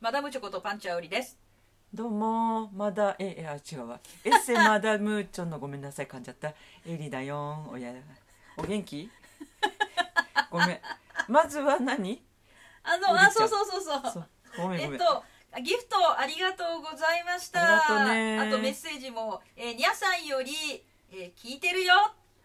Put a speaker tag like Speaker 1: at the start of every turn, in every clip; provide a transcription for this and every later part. Speaker 1: マダムチョコとパンチャウリです。
Speaker 2: どうもまだえいや違うわエッ セマダムちょんのごめんなさい噛んじゃったエリだよんおやお 元気ごめんまずは何
Speaker 1: あ
Speaker 2: ウ
Speaker 1: の、
Speaker 2: リちゃん
Speaker 1: あ、そうそうそうそう。
Speaker 2: そうごめん
Speaker 1: え
Speaker 2: ごめ
Speaker 1: っ
Speaker 2: ん、
Speaker 1: と、ギフトありがとうございました。
Speaker 2: ありがとうね
Speaker 1: あとメッセージも、えー、にゃさんより、えー聞いてるよ。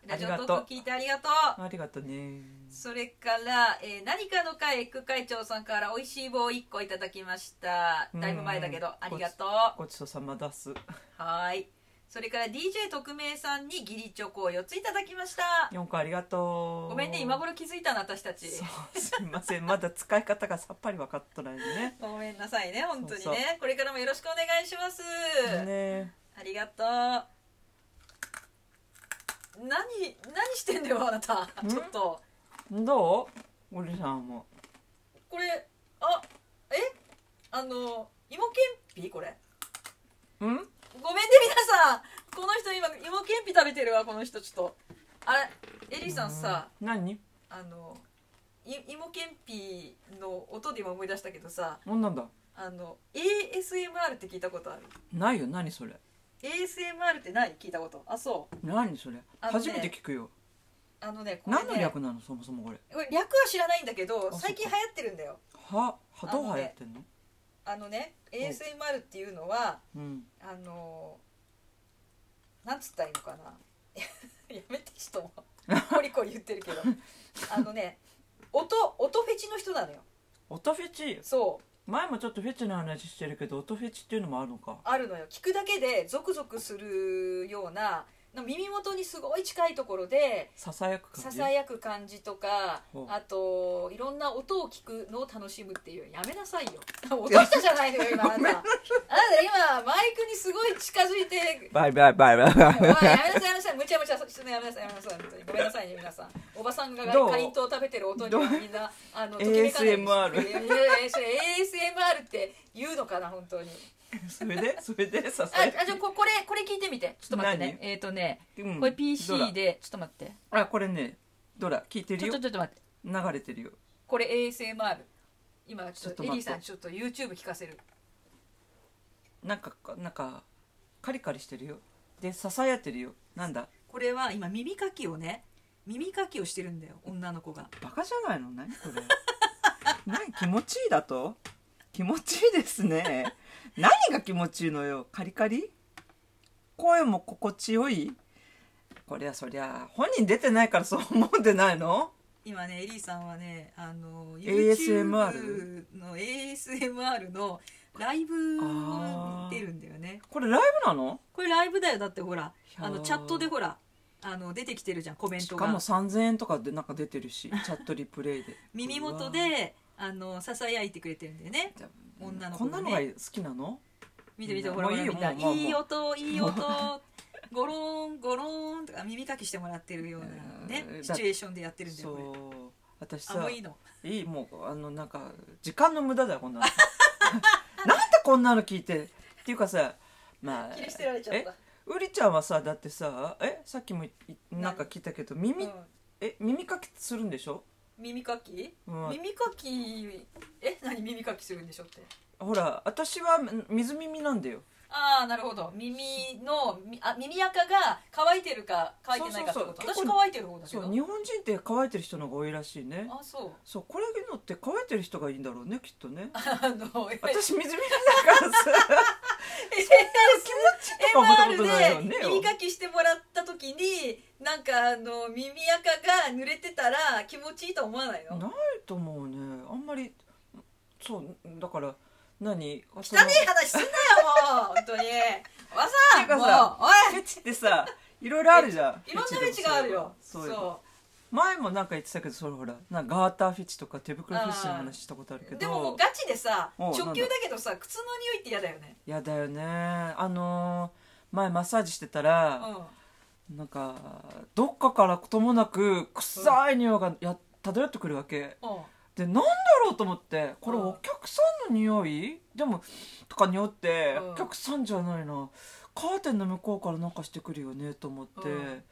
Speaker 1: ラジオトーク聞いてありがとう。
Speaker 2: ありがとうね
Speaker 1: それから、えー何かの会エッグ会長さんから美味しい棒1個いただきました。だいぶ前だけど
Speaker 2: うん、
Speaker 1: ありがとう。
Speaker 2: ごちそうさまだす
Speaker 1: はーい。それから DJ 特命さんに義理チョコを4ついただきました。
Speaker 2: 四個ありがとう
Speaker 1: ごめんね、今頃気づいたな、私たち。
Speaker 2: そうすいませんまだ使い方がさっぱり分かっとないね
Speaker 1: ごめんなさいね、本当にね。
Speaker 2: そうそ
Speaker 1: これからもよろしくお願いします。
Speaker 2: ね
Speaker 1: ありがとう。何、何してんだよ、あなた。
Speaker 2: ん
Speaker 1: ちょっと。
Speaker 2: どうゴリさんも
Speaker 1: これ、あ、えあの、芋けんぴこれ。
Speaker 2: うん
Speaker 1: ごめんね、皆さん。この人今、芋けんぴ食べてるわ、この人、ちょっと。あれ、エリーさんさ、
Speaker 2: うん何
Speaker 1: あの、い芋けんぴの音で今思い出したけどさ、
Speaker 2: 何なんだ
Speaker 1: あの、ASMR って聞いたことある
Speaker 2: ないよ何それ
Speaker 1: ?ASMR ってない聞いたこと。あ、そう。
Speaker 2: 何それ、
Speaker 1: あのね
Speaker 2: 初めて聞くよ、
Speaker 1: あのね、これね
Speaker 2: 何の略なのそもそもこれ
Speaker 1: これ略は知らないんだけど
Speaker 2: あ
Speaker 1: 最近流行ってるんだよ
Speaker 2: ははどう
Speaker 1: あのね
Speaker 2: 流行ってんの
Speaker 1: あのね ASMR っていうのは
Speaker 2: うん
Speaker 1: あのーなんつったらいいのかな やめて人もコリコリ言ってる けどあのね音音フェチの人なのよ
Speaker 2: 音フェチ
Speaker 1: そう
Speaker 2: 前もちょっとフェチの話してるけど音フェチっていうのもあるのか
Speaker 1: あるのよ聞くだけでゾクゾクするようななんか耳元にすごい近いところで
Speaker 2: ささやく
Speaker 1: さ
Speaker 2: 感じ
Speaker 1: さやく感じとか
Speaker 2: ほう
Speaker 1: あといろんな音を聞くのを楽しむっていうやめな さいよ落としたじゃないのよ今あなたあなた今マイクにすごい近づいて
Speaker 2: バイバイバイバイバ
Speaker 1: おいやめなさいやめなさいむちゃむちゃするのやめなさいやめなさい本当にごめんなさいね皆さんおばさんが
Speaker 2: どう
Speaker 1: かりんとうを食べてる音に
Speaker 2: どう
Speaker 1: はみんなあ のときめかないように
Speaker 2: ASMR
Speaker 1: いやいやいやそれ ASMR って言うのかな本当に
Speaker 2: イ それでそれでさ
Speaker 1: あ
Speaker 2: さや
Speaker 1: あじゃあここれこれ聞いてみてちょっと待ってねえっ、とね
Speaker 2: く、うん
Speaker 1: これ
Speaker 2: ド
Speaker 1: PC
Speaker 2: ラ
Speaker 1: でちょっと待って
Speaker 2: あこれねドラ聞いて
Speaker 1: ち
Speaker 2: る
Speaker 1: ょっと
Speaker 2: よ
Speaker 1: ちょっと待って
Speaker 2: 流れてるよ
Speaker 1: これ ASMR 今ち
Speaker 2: ち
Speaker 1: ょ
Speaker 2: ょ
Speaker 1: っ
Speaker 2: っ
Speaker 1: と
Speaker 2: と
Speaker 1: エ
Speaker 2: 待
Speaker 1: リー
Speaker 2: って
Speaker 1: さんちょっと YouTube 聞かせる
Speaker 2: なんかなんかカリカリしてるよでささやってるよなんだ
Speaker 1: これは今耳かきをね耳かきをしてるんだよ女の子が
Speaker 2: バカじゃないの何これ 何気持ちいいだと気持ちいいですね何が気持ちいいのよカリカリ声も心地よいこりゃそりゃ本人出てないからそう思うんでないの
Speaker 1: 今ねエリーさんはねあの
Speaker 2: ASMR
Speaker 1: の ASMR のライブを見てるんだよね
Speaker 2: これライブなの
Speaker 1: これライブだよだってほら
Speaker 2: ひゃー
Speaker 1: あのチャットでほらあの出てきてるじゃんコメン
Speaker 2: し
Speaker 1: ト
Speaker 2: かも
Speaker 1: が
Speaker 2: 3000円とかでなんか出てるしチャットリプレイで
Speaker 1: 耳元
Speaker 2: うわ
Speaker 1: であのささやいてくれてるんだよね
Speaker 2: じゃあ
Speaker 1: 女の
Speaker 2: こ
Speaker 1: 子
Speaker 2: ん
Speaker 1: が
Speaker 2: な
Speaker 1: ね
Speaker 2: のが好きなの
Speaker 1: 見て見て
Speaker 2: うん
Speaker 1: ほらほら
Speaker 2: もういいよ
Speaker 1: 見た
Speaker 2: もうもうもう
Speaker 1: いい音いい音 ゴローンゴローンとか耳かきしてもらってるようなね
Speaker 2: えー
Speaker 1: シチュエーションでやってるんだよ
Speaker 2: そう
Speaker 1: これ
Speaker 2: 私
Speaker 1: あ
Speaker 2: さ
Speaker 1: もういいの
Speaker 2: いいもうあのなんか時間の無駄だよこんなの なんでこんなの聞いてっていうかさまあ
Speaker 1: 切り捨てられちゃっ
Speaker 2: え
Speaker 1: た
Speaker 2: うりちゃんはさだってさえさっきもいなんか聞いたけど耳、
Speaker 1: うん
Speaker 2: え耳かきするんでしょ、
Speaker 1: 耳かき
Speaker 2: うん
Speaker 1: 耳かきえ何耳かきするんでしょって
Speaker 2: ほら私は水耳なんだよ
Speaker 1: ああなるほど耳のみあ耳垢が乾いてるか乾いてないかってこと
Speaker 2: そうそうそう
Speaker 1: 私乾いてる方だけ
Speaker 2: そう
Speaker 1: ど
Speaker 2: 日本人って乾いてる人の方が多いらしいね
Speaker 1: あ そう
Speaker 2: そうこれのって乾いてる人がいいんだろうねきっとね
Speaker 1: あのえ
Speaker 2: 私水耳だからさ気持ちいいとか思ったことないよ
Speaker 1: MR
Speaker 2: ね
Speaker 1: で耳かきしてもらった時になんかあの耳垢が濡れてたら気持ちいいと思わないの
Speaker 2: ないと思うねあんまりそうだから何汚
Speaker 1: 汚い話すんなよもう本当にわ
Speaker 2: てい
Speaker 1: ざ
Speaker 2: うか
Speaker 1: も
Speaker 2: さ
Speaker 1: うお
Speaker 2: フェチってさいろいろあるじゃん
Speaker 1: いいろんな道があるよ
Speaker 2: そ
Speaker 1: そうう
Speaker 2: いえば前もなんか言ってたけどそれほらなんかガーターフェチとか手袋フェチの話したことあるけど
Speaker 1: でももうガチでさ
Speaker 2: おう
Speaker 1: 直
Speaker 2: なん
Speaker 1: 球
Speaker 2: だ
Speaker 1: だけどさ靴の匂いって嫌だよね
Speaker 2: やだよねあのー前マッサージしてた
Speaker 1: う
Speaker 2: ら、
Speaker 1: ん
Speaker 2: なんかどっかからともなく臭い匂いがや漂ってくるわけ
Speaker 1: うん
Speaker 2: でなんだろうと思ってこれ
Speaker 1: うん
Speaker 2: お客さんの匂いでもとか匂って、
Speaker 1: うん
Speaker 2: お客さんじゃないなカーテンの向こうからなんかしてくるよねと思って、
Speaker 1: うん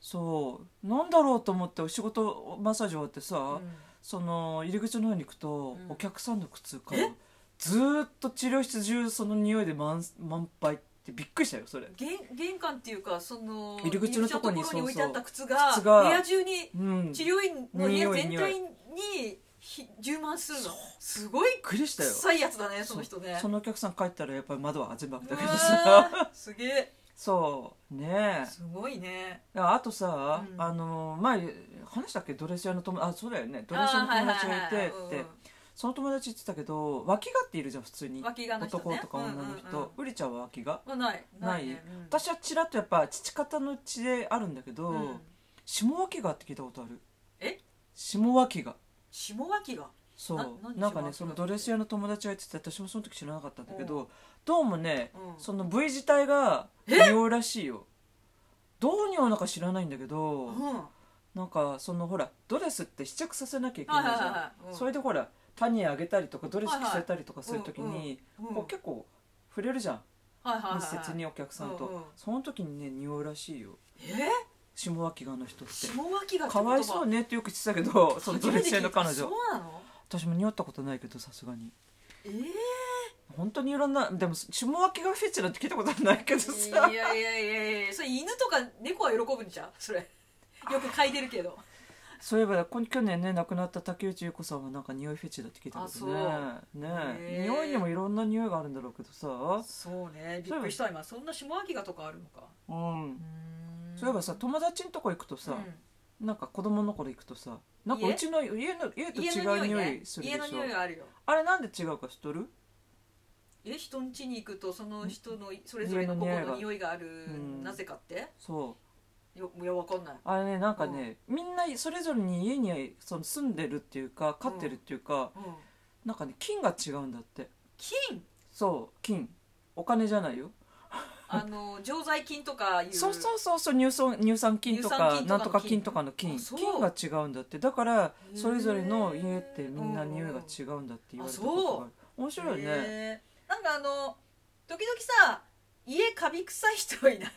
Speaker 2: そうなんだろうと思ってお仕事マッサージ終わってさ、
Speaker 1: うん
Speaker 2: その入り口の方に行くと、
Speaker 1: うん
Speaker 2: お客さんの靴から
Speaker 1: え
Speaker 2: ずーっと治療室中その匂いで満満杯ってびっくりしたよそれ
Speaker 1: 玄玄関っていうかその
Speaker 2: 入り口のとこ
Speaker 1: 入
Speaker 2: に
Speaker 1: り口の置いてあった靴
Speaker 2: そうそう
Speaker 1: が
Speaker 2: 靴が
Speaker 1: 部屋中に
Speaker 2: うん
Speaker 1: 治
Speaker 2: びっ
Speaker 1: 療院の部屋
Speaker 2: 匂い
Speaker 1: 全体にひ充満するの
Speaker 2: そう
Speaker 1: すごい
Speaker 2: くりしたよ
Speaker 1: 臭いやつだねその人ね
Speaker 2: そのお客さん帰ったらやっぱり窓は全部開けたけどさ
Speaker 1: うわーすげ え
Speaker 2: そうね
Speaker 1: すごいね
Speaker 2: えあとさ、
Speaker 1: うん
Speaker 2: あの前話したっけドレス屋の友達あそうだよねドレス屋
Speaker 1: あ
Speaker 2: の友達がいて
Speaker 1: ーはいはいはい
Speaker 2: っ
Speaker 1: うん
Speaker 2: て
Speaker 1: う
Speaker 2: その友達言ってたけど脇がっているじゃん普通に
Speaker 1: ん脇がの人ね
Speaker 2: 男とか女の
Speaker 1: う
Speaker 2: 人、う
Speaker 1: んうんうん
Speaker 2: りちゃんは脇が
Speaker 1: まあないないねうん
Speaker 2: 私はちらっとやっぱ父方の血であるんだけど、
Speaker 1: うん
Speaker 2: 下脇がって聞いたことある
Speaker 1: え
Speaker 2: 下脇が
Speaker 1: 下脇が
Speaker 2: そう
Speaker 1: な
Speaker 2: な
Speaker 1: 何
Speaker 2: んかね
Speaker 1: 下脇が
Speaker 2: そのドレス屋の友達が言ってて私もその時知らなかったんだけど、どうもね、
Speaker 1: うん
Speaker 2: その部位自体が美容らしいよどうにもなんか知らないんだけど、
Speaker 1: うんは
Speaker 2: なんかそのほらドレスって試着させなきゃい
Speaker 1: い
Speaker 2: けな
Speaker 1: はいい
Speaker 2: じゃん、
Speaker 1: はいうん
Speaker 2: それでほらパニーあげたりとかドレス
Speaker 1: はいはい
Speaker 2: 着せたりとかする時に、
Speaker 1: うんうん
Speaker 2: こう結構触れるじゃん
Speaker 1: はいはいはい
Speaker 2: 密接にお客さんと、
Speaker 1: うんうん
Speaker 2: その時にね匂うらしいよ
Speaker 1: え
Speaker 2: 下脇がの人って
Speaker 1: 下脇がって言葉
Speaker 2: かわいそうねってよく言ってたけどそのドレス屋の彼
Speaker 1: 初めて聞いた
Speaker 2: 女
Speaker 1: そうなの
Speaker 2: 私も匂ったことないけどさすがに
Speaker 1: え
Speaker 2: 本当にいろんなでも下脇がフェチなんて聞いたことないけど
Speaker 1: ー、
Speaker 2: さ
Speaker 1: いやいやいやいやそれ犬とか猫は喜ぶんじゃんそれよく嗅いでるけど
Speaker 2: そういえばこん去年ね亡くなった竹内優子さんはなんか匂いフェチだって聞いたけどねねえ
Speaker 1: へえ
Speaker 2: 匂いにもいろんな匂いがあるんだろうけどさ
Speaker 1: そうね
Speaker 2: びっくりした
Speaker 1: 今そんな下脇がとかあるのか
Speaker 2: うんそういえばさ友達のとこ行くとさ、
Speaker 1: う
Speaker 2: なんか子供の頃行くとさなんかうちの家の家と
Speaker 1: ん、家
Speaker 2: 違
Speaker 1: の
Speaker 2: う
Speaker 1: 匂い
Speaker 2: 匂
Speaker 1: ね
Speaker 2: いするで
Speaker 1: 家
Speaker 2: しょ
Speaker 1: の匂いはあるよ
Speaker 2: あれなんで違うか知っとる
Speaker 1: え人ん家に行くとその人のそれぞれの個
Speaker 2: 家の
Speaker 1: 々
Speaker 2: 匂いが
Speaker 1: の匂いがある
Speaker 2: ん
Speaker 1: なぜかって
Speaker 2: そう
Speaker 1: よいやわかんない
Speaker 2: あれねなんかね、みんなそれぞれに家にその住んでるっていうか飼ってるっていうか、
Speaker 1: うん
Speaker 2: なんかね金が違うんだって
Speaker 1: 金
Speaker 2: そう金お金じゃないよ
Speaker 1: あの常在菌とかいう
Speaker 2: そうそうそうそう乳酸乳酸菌とか
Speaker 1: 乳酸菌とかの菌
Speaker 2: なんとか菌とかの菌
Speaker 1: あそう
Speaker 2: 菌が違うんだってだから
Speaker 1: へー
Speaker 2: それぞれの家ってみんな匂いが違うんだって言われたことがある面白いよね
Speaker 1: へーなんかあの時々さ家カビ臭い人いない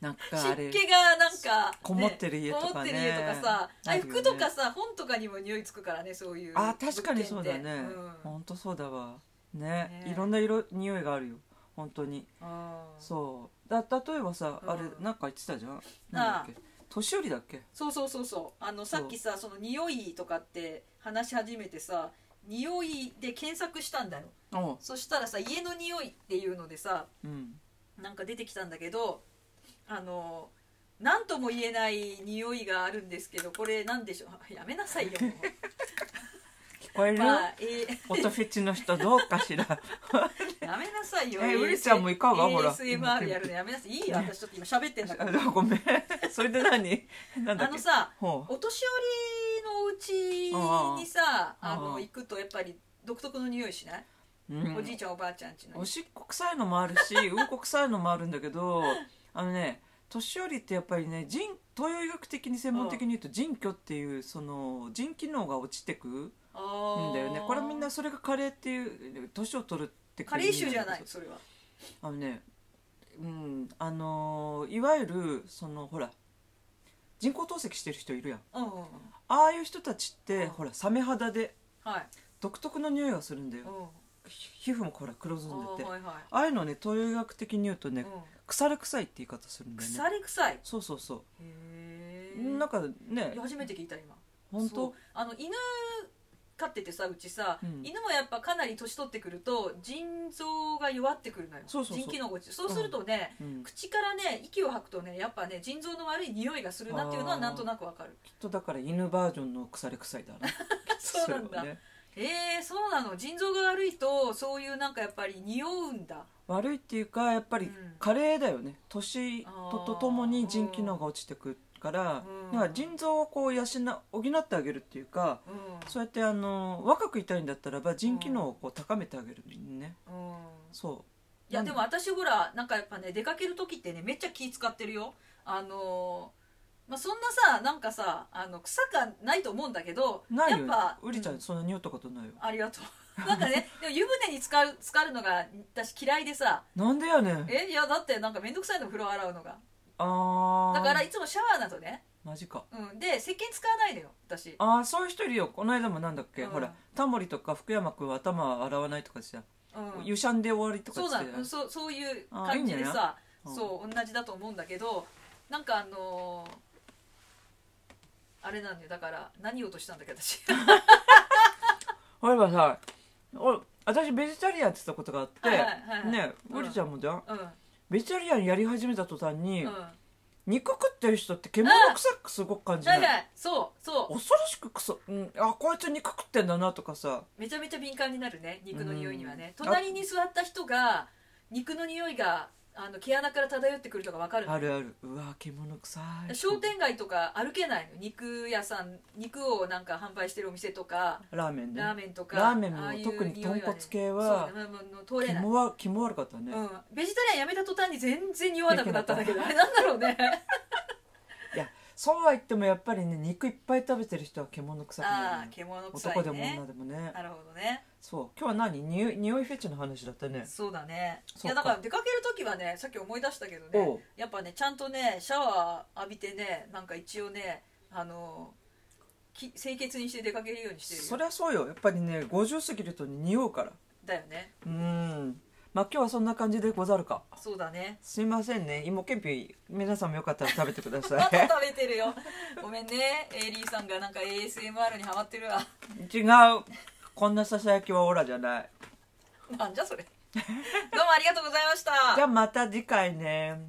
Speaker 2: なんかあ
Speaker 1: 湿
Speaker 2: れ
Speaker 1: 気がなんか
Speaker 2: こもってる家とかね
Speaker 1: こもってる家とかさあ
Speaker 2: ある
Speaker 1: れ
Speaker 2: よね
Speaker 1: 服とかさ本とかにも匂いつくからねそういう
Speaker 2: あ確かにそうだ
Speaker 1: 物件
Speaker 2: ね
Speaker 1: ってうん
Speaker 2: ほんとそうだわね
Speaker 1: ね
Speaker 2: いろんな色匂いがあるよ本当に
Speaker 1: あー
Speaker 2: そうだ例えばさ、
Speaker 1: うん
Speaker 2: あれなんか言ってたじゃんなんだっけ年寄りだっけ
Speaker 1: そうそうそうそうあのさっきさその匂いとかって話し始めてさ匂いで検索したんだよ
Speaker 2: おう
Speaker 1: そしたらさ家の匂いっていうのでさ
Speaker 2: うん
Speaker 1: なんか出てきたんだけどあの何とも言えない匂いがあるんですけどこれなんでしょうあやめなさ いよも
Speaker 2: 聞こえ
Speaker 1: う
Speaker 2: る、
Speaker 1: まあ、えー
Speaker 2: 音フェチの人どうかしら
Speaker 1: やめなさいよ。
Speaker 2: えウリちゃんもいかがほら
Speaker 1: ASMR やるのやめなさい。いいよ、私ちょっと今喋ってんだか
Speaker 2: あ
Speaker 1: ら。
Speaker 2: ごめんそれで何 なんだ
Speaker 1: あ
Speaker 2: っけ
Speaker 1: のさ、
Speaker 2: ほう
Speaker 1: お年寄りのうちにさ、
Speaker 2: うんうん
Speaker 1: あ
Speaker 2: うんう
Speaker 1: の、
Speaker 2: ん
Speaker 1: 行くとやっぱり独特の匂いしない
Speaker 2: うん
Speaker 1: おじいちゃんおばあちゃんちの。
Speaker 2: おしっこ臭いのもあるし うんこ臭いのもあるんだけどあのね年寄りってやっぱりね腎東洋医学的に専門的に言うと腎虚っていうその腎機能が落ちてくん
Speaker 1: あー
Speaker 2: だよねこれみんな。それが加齢っていう年を取るって
Speaker 1: カレー臭じゃない
Speaker 2: そう、
Speaker 1: それは。
Speaker 2: あのねうんあのーいわゆるそのほら人工透析してる人いるやん
Speaker 1: うんうんうん。
Speaker 2: ああいう人たちって
Speaker 1: うん
Speaker 2: ほらサメ肌で
Speaker 1: はい。
Speaker 2: 独特の匂いがするんだ
Speaker 1: うん
Speaker 2: よ。皮膚もほら黒ずん
Speaker 1: あ
Speaker 2: でて
Speaker 1: ーはいは
Speaker 2: ああいうのね東洋医学的に言うと
Speaker 1: い。
Speaker 2: ね
Speaker 1: うん
Speaker 2: 腐れ臭いって言い方するんだよね
Speaker 1: 腐り臭い。
Speaker 2: そうそうそ
Speaker 1: へ
Speaker 2: う
Speaker 1: ー
Speaker 2: なんか
Speaker 1: い
Speaker 2: ね
Speaker 1: や初めて聞いた今。
Speaker 2: 本
Speaker 1: そう
Speaker 2: 当
Speaker 1: あの犬飼っててさうちさ、
Speaker 2: うん
Speaker 1: 犬もやっぱかなり年取ってくると腎臓が弱ってくるのよ
Speaker 2: そうそうそう
Speaker 1: 腎機能が落ちてそうするとね、
Speaker 2: うんきっ
Speaker 1: 口からね息を吐くとねやっぱね腎臓の悪い匂いがするなっていうのはなんとなくわ かる
Speaker 2: とだから犬バージョンの腐れ臭いだな
Speaker 1: そうなんだ
Speaker 2: れはね
Speaker 1: えー、そうなの腎臓が悪いとそういうなんかやっぱり匂うんだ
Speaker 2: 悪いっていうかやっぱり
Speaker 1: うん
Speaker 2: 加齢だよね年
Speaker 1: あー
Speaker 2: ととともに腎機能が落ちてくるから
Speaker 1: うん
Speaker 2: だから腎臓をこう養補ってあげるっていうか
Speaker 1: うん
Speaker 2: そうやってあの若くいたいんだったらば腎機能をこう高めてあげるね
Speaker 1: うん
Speaker 2: そう
Speaker 1: いや
Speaker 2: なん
Speaker 1: でも私ほらなんかやっぱね出かける時ってねめっちゃ気使ってるよあのーまあ、そんなさなんかさあの草がないと思うんだけど
Speaker 2: ないよ
Speaker 1: やっぱ
Speaker 2: ウリちゃ
Speaker 1: うん
Speaker 2: んそんな匂ったことないよ
Speaker 1: ありがとう。 なんかね、でも湯船に浸かる浸かるのが私嫌いでさ、
Speaker 2: なんでやねん
Speaker 1: え、いやだってなんかめんどくさいの風呂洗うのが。
Speaker 2: ああ
Speaker 1: だからいつもシャワーだとね、
Speaker 2: マジか
Speaker 1: うん、で石鹸使わないのよ私
Speaker 2: ああそういう人いるよこの間もなんだっけ、
Speaker 1: うん
Speaker 2: ほらタモリとか福山君は頭洗わないとかさ、
Speaker 1: うん
Speaker 2: ゆしゃんで終わりとか
Speaker 1: そう
Speaker 2: 言
Speaker 1: だ
Speaker 2: ってたよ
Speaker 1: うん
Speaker 2: ね
Speaker 1: そうそういう
Speaker 2: あー
Speaker 1: 感じでさ
Speaker 2: いいんじゃない
Speaker 1: そう同じだと思うんだけどなんかあのーあれなんだよだから何言おうとしたんだっけ私
Speaker 2: ほらさ俺私ベジタリアンって言ったことがあって、
Speaker 1: はいはいはいはい
Speaker 2: ね
Speaker 1: うん
Speaker 2: ウリちゃんもだよ、
Speaker 1: うん
Speaker 2: ベジタリアンやり始めた途端に、
Speaker 1: うん
Speaker 2: 肉食ってる人って獣臭くすごく感じな
Speaker 1: だ
Speaker 2: い、
Speaker 1: からそうそ
Speaker 2: 恐ろしくくそ、うん、あこいつ肉食ってんだなとかさ
Speaker 1: うめちゃめちゃ敏感になるね肉の匂いにはね
Speaker 2: うん
Speaker 1: 隣に座った人が肉の匂いがあの毛穴から漂ってくるとかわかるの
Speaker 2: あるあるうわ獣臭い
Speaker 1: 商店街とか歩けないの肉屋さん肉をなんか販売してるお店とか
Speaker 2: ラーメンね
Speaker 1: ラーメンとか
Speaker 2: ラーメンも
Speaker 1: ああいう
Speaker 2: 特に
Speaker 1: 匂いはね
Speaker 2: 豚骨系は
Speaker 1: そうねもうもう通れない
Speaker 2: 肝は肝悪かったね、
Speaker 1: うん、ベジタリアンやめた途端に全然匂わなくなったんだけどあれなんだろうね
Speaker 2: そうは言ってもやっぱりね肉いっぱい食べてる人は獣臭くな
Speaker 1: ああ
Speaker 2: る、ね、
Speaker 1: 獣臭いね
Speaker 2: 男でも女でもね
Speaker 1: なるほどね
Speaker 2: そう今日は何におい匂いフェチの話だったね
Speaker 1: そうだねい
Speaker 2: そうか
Speaker 1: やだから出かける時はねさっき思い出したけど
Speaker 2: お
Speaker 1: ね
Speaker 2: う
Speaker 1: やっぱねちゃんとねシャワー浴びてねなんか一応ねあのき清潔にして出かけるようにしてるよ
Speaker 2: そりゃそうよやっぱりね50過ぎると匂うから
Speaker 1: だよね
Speaker 2: うんまあ今日はそんな感じでござるか
Speaker 1: そうだね
Speaker 2: すいませんね芋けんぴ皆さんもよかったら食べてくだ
Speaker 1: ま
Speaker 2: さ
Speaker 1: た
Speaker 2: い
Speaker 1: 食べてるよごめんねエイリーさんがなんか ASMR にハマってるわ
Speaker 2: 違うこんなささやきはオラじゃない
Speaker 1: なんじゃそれどうもありがとうございました
Speaker 2: じゃあまた次回ね